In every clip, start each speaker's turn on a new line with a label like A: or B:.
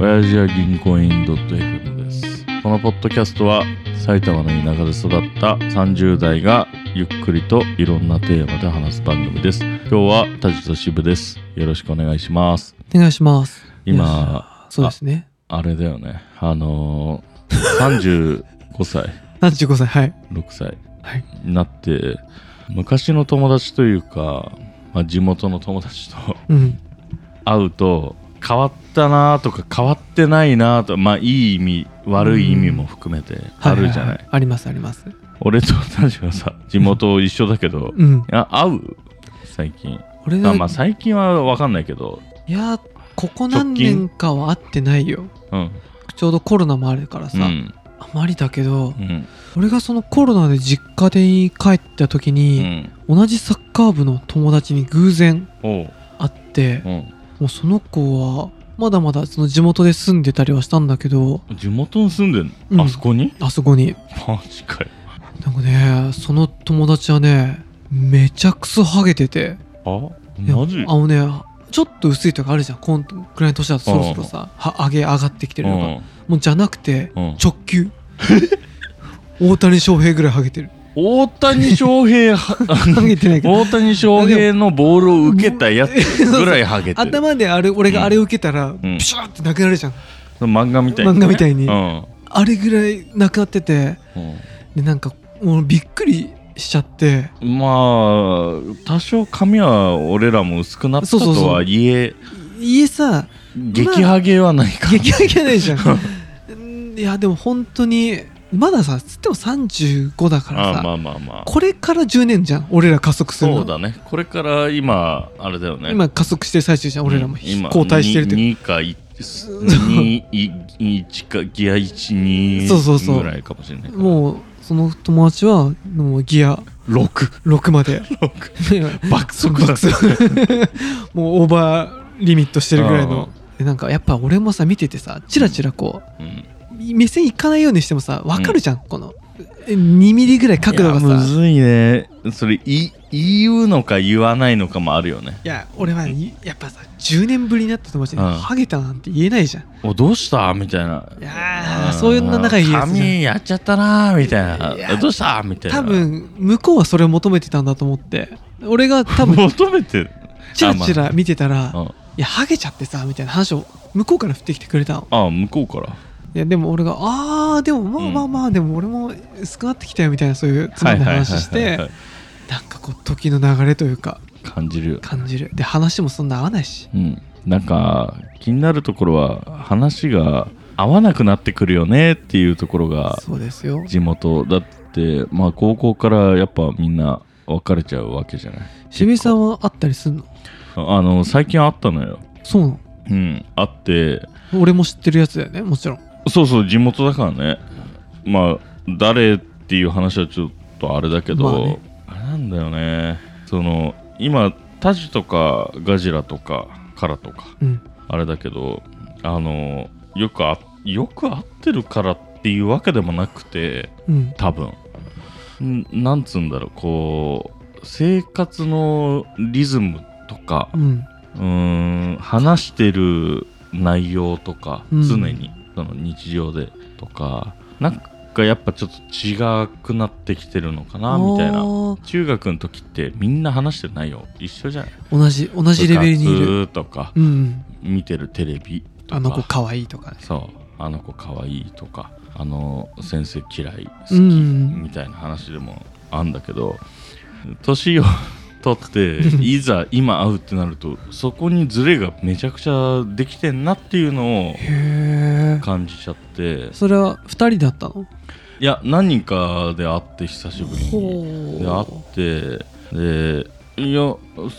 A: 親父は銀行員 .fm ですこのポッドキャストは埼玉の田舎で育った30代がゆっくりといろんなテーマで話す番組です今日は田地と渋ですよろしくお願いします
B: お願いします。よ
A: 今
B: いしょ、そうですね。
A: あれだよねあのー、35歳
B: 75歳、はい。
A: 6歳
B: はい
A: になって昔の友達というか、まあ、地元の友達と
B: うん。
A: 会うと変わったなとか変わってないなとまあいい意味悪い意味も含めて
B: はい
A: あるじゃない,、
B: ははあります、あります。
A: 俺とタジはさ 地元一緒だけど
B: うん。
A: あ会う最近
B: 俺
A: あ
B: だ、
A: まあ最近は分かんないけど
B: いや、ここ何年かは会ってないよ。
A: うん
B: ちょうどコロナもあるから
A: う
B: さ、
A: ん
B: あまりだけど
A: う、ん
B: 俺がそのコロナで実家で帰った時
A: う
B: に、
A: ん
B: 同じサッカー部の友達に偶然
A: おう
B: 会って、
A: う
B: もうその子は、まだまだその地元で住んでたりはしたんだけど、
A: ん地元に住んでんの、
B: うん
A: あそこに
B: あそこに。
A: マジかよ
B: なんかね、その友達はね、めちゃくそハゲてて、
A: あ
B: いや
A: マジ
B: あのねちょっと薄いとかあるじゃんこんくらいの年だとそろそろさは上げ上がってきて
A: う
B: るのが、
A: ん
B: もうじゃなくて、
A: うん
B: 直球大谷翔平ぐらいハゲてる
A: 大谷翔平 は
B: ハゲ てないけど
A: 大谷翔平のボールを受けたやつぐらいハゲてる
B: 頭であれ俺があれ受けたら、
A: うん
B: ピシャーってなくなるじゃん
A: 漫画みたいに、
B: 漫画みたいに
A: うん
B: あれぐらいなくなってて
A: うん
B: でなんかもうびっくりしちゃって
A: まあ多少髪は俺らも薄くなったと
B: そうそうそう
A: はいえ
B: 家さ
A: 激ハゲはないから、
B: 激ハゲないじゃんうんいやでも本当にまださつっても35だから
A: あ
B: さ
A: あまあまあまあ
B: これから10年じゃん俺ら加速するの
A: そうだねこれから今あれだよね
B: 今加速してる最中じゃん俺らも
A: 今
B: 後退してるって
A: に2か1かギア
B: そうそうそ
A: 12
B: う
A: ぐらいかもしれないもう
B: もうその友達はもうギア
A: 6
B: 6まで
A: 爆速だ
B: 爆速 もうオーバーリミットしてるぐらいのでなんかやっぱ俺もさ見ててさチラチラこ
A: うん
B: う目線いかないようにしてもさ分かるじゃん、この2ミリぐらい角度がさ
A: いやむずいねそれい言うのか言わないのかもあるよね
B: いや俺はやっぱさ10年ぶりになった友達に
A: うん
B: ハゲたなんて言えないじゃん
A: おどうしたみたいない
B: やーそういう仲いいやつじゃん
A: 髪やっちゃったなーみたいない
B: や
A: どうしたみたいな
B: 多分向こうはそれを求めてたんだと思って俺が多分
A: 求めてる
B: チラチラ見てたら
A: あ、まあ
B: いやハゲちゃってさみたいな話を向こうから振ってきてくれたの
A: ああ向こうから
B: いやでも俺があーでもまあまあまあ、でも俺も薄くなってきたよみたいなそういうつまんない話し
A: はいはいはい
B: て
A: はい
B: なんかこう時の流れというか
A: 感じるよ
B: 感じるで話もそんな合わないし
A: うんなんか気になるところは話が合わなくなってくるよねっていうところが
B: そうですよ
A: 地元だってまあ高校からやっぱみんな別れちゃうわけじゃない
B: 渋井さんは会ったりすんの
A: ああの最近あったのよ
B: そうな
A: うんあって
B: の俺も知ってるやつだよねもちろん
A: そうそう地元だからねまあ誰っていう話はちょっとあれだけど、
B: まあね
A: あれなんだよねその今タジとかガジラとかカラとか
B: うん
A: あれだけどあのよくあよく合ってるからっていうわけでもなくて
B: うん
A: 多分んなんつうんだろうこう生活のリズムとか
B: うん
A: うーん話してる内容とか、
B: うん
A: 常にその日常でとかなんかやっぱちょっと違くなってきてるのかなみたい
B: あ
A: な
B: ー
A: 中学の時ってみんな話してないよ一緒じゃない
B: 同じ同じレベルにいる
A: 部活とか
B: うんうん
A: 見てるテレビとか
B: あの子可愛いとかね
A: そうあの子可愛いとかあの先生嫌い好き
B: うんうん
A: みたいな話でもあんだけど年を取 っていざ今会うってなるとそこにズレがめちゃくちゃできてんなっていうのを
B: へえ
A: 感じちゃって
B: それは2人だったの
A: いや何人かで会って久しぶりにで会ってでいや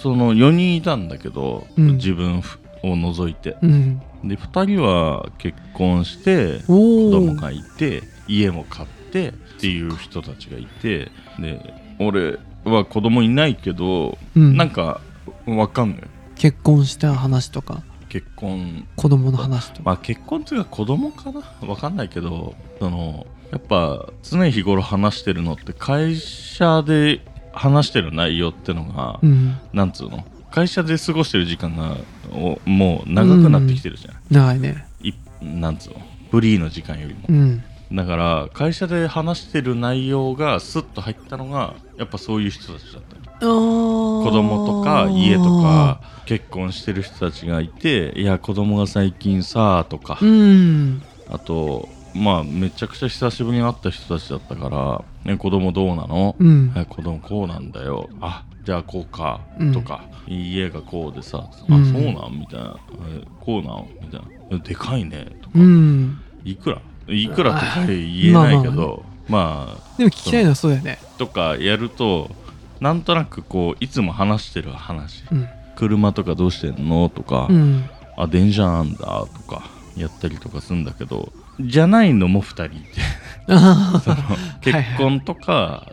A: その4人いたんだけど、
B: うん
A: 自分を除いて
B: うん
A: で2人は結婚して
B: お
A: 子
B: お
A: 供がいて家も買ってっていう人たちがいてで俺は子供いないけど、
B: うん
A: なんかわかんない
B: 結婚した話とか
A: 結婚
B: 子供の話とか、
A: まあ結婚っていうか子供かなわかんないけどそのやっぱ常日頃話してるのって会社で話してる内容ってのが、
B: うん
A: なんつうの会社で過ごしてる時間がおもう長くなってきてるじゃん、
B: 長いね
A: 一なんつうのフリーの時間よりも
B: うん
A: だから会社で話してる内容がスッと入ったのがやっぱそういう人たちだった
B: 子
A: 子供とか家とか結婚してる人たちがいていや子供が最近さとか、
B: うん
A: あとまあめちゃくちゃ久しぶりに会った人たちだったから、ね、子供どうなの、
B: うん
A: え子供こうなんだよあじゃあこうか、
B: うん
A: とか家がこうでさあ、
B: うん
A: そうなんみたいなえこうなんみたいなでかいねとか、
B: うん
A: いくらいくらとか言えないけど、まあ
B: でも聞きたいのはそうだよね
A: とかやるとなんとなくこういつも話してる話、
B: うん
A: 車とかどうしてんのとか、
B: うん
A: あ電車なんだとかやったりとかするんだけどじゃないのも2人いて
B: あ
A: その
B: ー
A: 結婚とか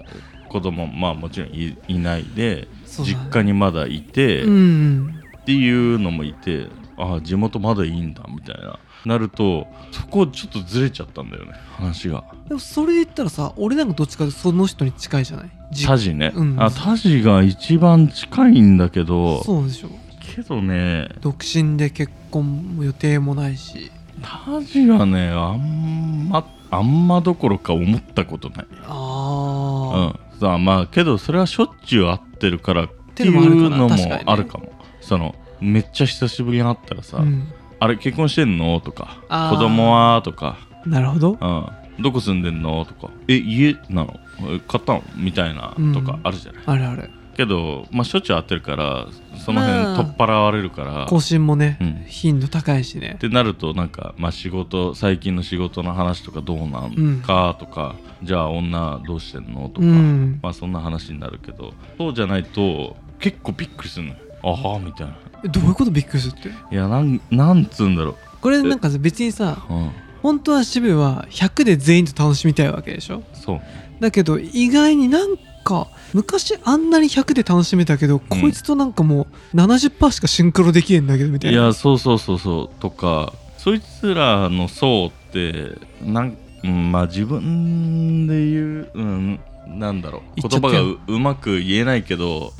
A: 子供まあもちろんいいないで
B: そうだ
A: 実
B: ね
A: 家にまだいて、
B: うん
A: っていうのもいてあ地元まだいいんだみたいななるとそこちょっとずれちゃったんだよね話が。
B: でもそれで言ったらさ俺なんかどっちかというとその人に近いじゃないじ
A: タジね、
B: うん
A: あタジが一番近いんだけど
B: そうでしょ
A: けどね
B: 独身で結婚も予定もないし
A: タジはねあんまあんまどころか思ったことない
B: あ
A: うん、さあまあけどそれはしょっちゅう会ってるからって
B: て
A: い
B: いうう
A: の
B: の
A: も
B: も
A: あ
B: あ
A: る
B: る
A: かもそのめっちゃ久しぶりに会ったらさ「
B: あ、うん、
A: あれ結婚してんの?」とか「
B: あー
A: 子供は?」とか、
B: なるほど
A: うん「どこ住んでんの?」とか「え家なのえ買ったの?」みたいな
B: うん
A: とかあるじゃない、
B: あるある
A: けどまあしょっちゅう会ってるからその
B: ま
A: 辺
B: あ
A: 取っ払われるから、
B: 更新もね、
A: うん
B: 頻度高いしね
A: ってなるとなんか、まあ、仕事最近の仕事の話とかどうなんかとか、じゃあ女どうしてんのとか、
B: うん
A: まあそんな話になるけどそうじゃないと結構びっくりするのよああみたいな
B: えどういうことびっくりするって
A: いやなんなんつうんだろ
B: これなんかさ別にさ
A: う、うん、
B: 本当は渋谷は100で全員と楽しみたいわけでしょ
A: そう
B: だけど意外になんか昔あんなに100で楽しめたけど、
A: うん
B: こいつとなんかもう70%しかシンクロできねえんだけどみたい
A: い
B: な
A: やそうそうそうそうとかそいつらの層ってなん、うん、まあ自分で言う、うん、なんだろう
B: 言っちゃ
A: 言
B: った
A: 葉
B: よ
A: がううまく言えないけど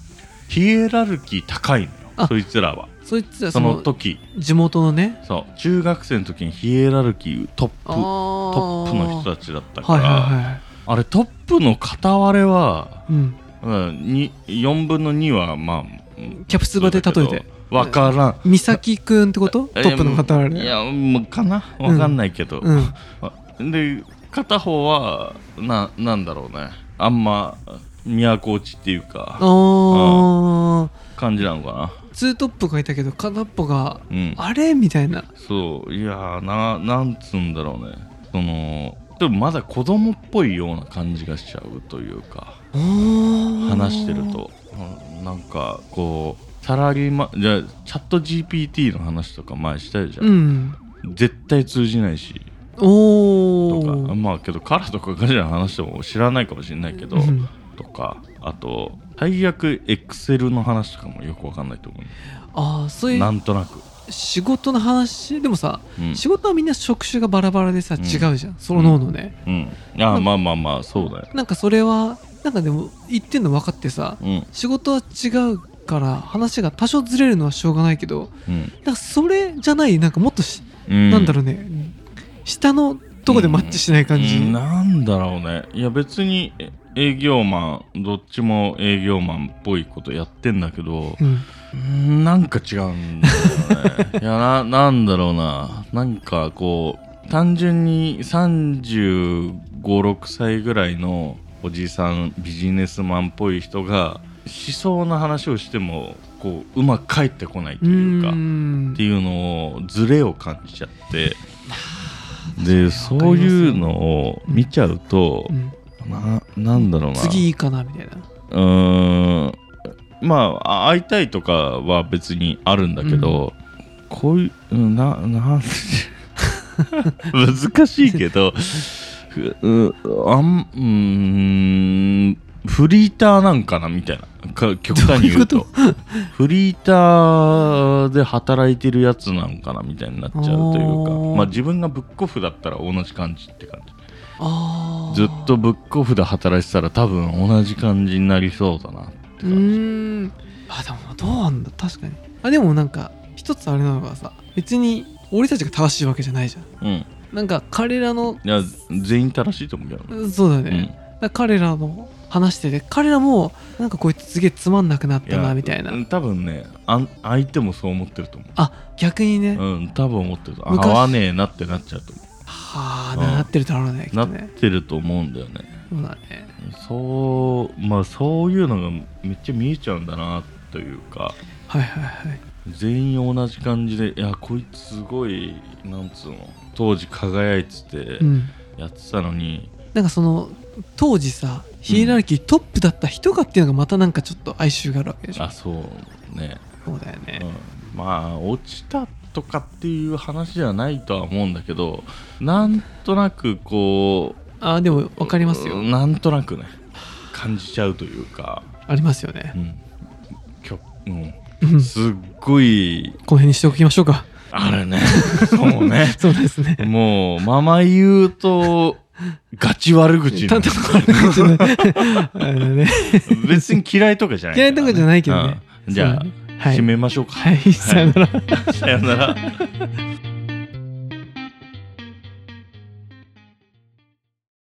A: ヒエラルキー高いのよ
B: あ
A: そいつらは
B: そいつは
A: そ
B: そ
A: の
B: の
A: 時
B: 地元のね
A: そう中学生の時にヒエラルキートップ
B: ト
A: トップの人
B: だ
A: たちだったか
B: はい
A: ら、
B: はいは
A: あれトップの片割れは、
B: い、うん、
A: うん、に4分の2はまあうん
B: キャプツバで例えて
A: わからん
B: 美咲くんってことトップの方あ
A: い
B: れ
A: やもうかなわかんないけど、
B: うん
A: で片方はななんだろうねあんま都落ちっていうか
B: あ
A: 感じなのか
B: あツートップがいたけど片っぽが
A: なうん
B: あれみたいな
A: そういやーななんつうんだろうねそのでもまだ子供っぽいような感じがしちゃうというか話
B: 話
A: してると、うんなんかこうサラリーマンじゃあチャット GPT の話とか前したじゃ、
B: うんん
A: 絶対通じないし
B: お
A: と
B: お
A: かまあけどカラとかガジラの話しても知らないかもしれないけど、
B: うん
A: とかあと最悪エクセルの話とかもよくわかんないと思
B: ああそう
A: う
B: い
A: な
B: うん
A: となく、
B: 仕事の話でもさ、
A: うん
B: 仕事はみんな職種がバラバラでさ
A: うん
B: 違うじゃん、その脳のね、
A: うん、あーまあまあまあそうだよ、
B: なんかそれはなんかでも言ってんの分かってさ
A: うん
B: 仕事は違うから話が多少ずれるのはしょうがないけど
A: うん
B: なんかそれじゃないなんかもっとし、
A: うん、
B: なんだろうね下のとこでマッチしない感じ、
A: うんなんだろうねいや別にえ営業マンどっちも営業マンっぽいことやってんだけど
B: うん
A: うんなんか違うんだよ ねいやななんだろうななんかこう単純に3 5 6歳ぐらいのおじさんビジネスマンっぽい人が思想の話をしてもこううまく返ってこないと
B: う
A: いうか
B: ん
A: っていうのをズレを感じちゃ ってでそういうのを見ちゃうと
B: う、ん
A: ななんだろうな
B: 次いいかなみたいな
A: うーんまああ会いたいとかは別にあるんだけど、こういううんななん難しいけどふうあんうーんフリーターなんかなみたいなか極端に言うと
B: ど
A: フリーターで働いてるやつなんかなみたいになっちゃうというか
B: あー
A: まあ自分がブックオフだったら同じ感じって感じ
B: あー
A: ずっとブックオフで働いてたら多分同じ感じになりそうだなって感
B: う
A: じ
B: ーんあでもどうなんだ確かにあでもなんか一つあれなのがさ別に俺たちが正しいわけじゃないじゃん
A: うんい
B: なんか彼らの
A: や全員正しいと思うけどな
B: そうだ
A: う
B: ね、
A: ん
B: だから彼らの話してて彼らもなんかこいつすげえつまんなくなっ
A: い
B: た
A: や
B: なみたいな
A: うん多分ねあん相手もそう思ってると思
B: あ逆にね、
A: ううん多分思ってると合
B: 昔
A: わねえなってなっちゃうと思
B: はあ、
A: うん
B: なってるだろうねきっ
A: うな
B: と
A: っ
B: ね
A: てると思うんだよね
B: そうだね
A: そうまあそういうのがめっちゃ見えちゃうんだなというか
B: はいはいはい
A: 全員同じ感じでいやこいつすごいなんつうの当時輝いてて
B: うん
A: やってたのに、
B: なんかその当時さヒエラルキートップだった人がっていうのがまたなんかちょっと哀愁があるわけでしょ
A: あそうね、
B: そうだよね、
A: うん、まあ落ちたとかっていう話じゃないとは思うんだけどなんとなくこう
B: あでも分かりますよ、
A: うんなんとなくね感じちゃうというか、
B: ありますよね
A: う、んきょうん
B: うん
A: すっごい
B: この辺にしておきましょうか
A: あるねそうね
B: そうですね
A: もうまま言うとガチ悪口に な
B: た
A: る
B: だ悪口ね あれだね
A: 別に嫌いとかじゃない
B: 嫌いとかじゃないけどね
A: うんじゃ
B: そう
A: あ
B: だねはい
A: 締めましょうか
B: はい、さよなら
A: さよなら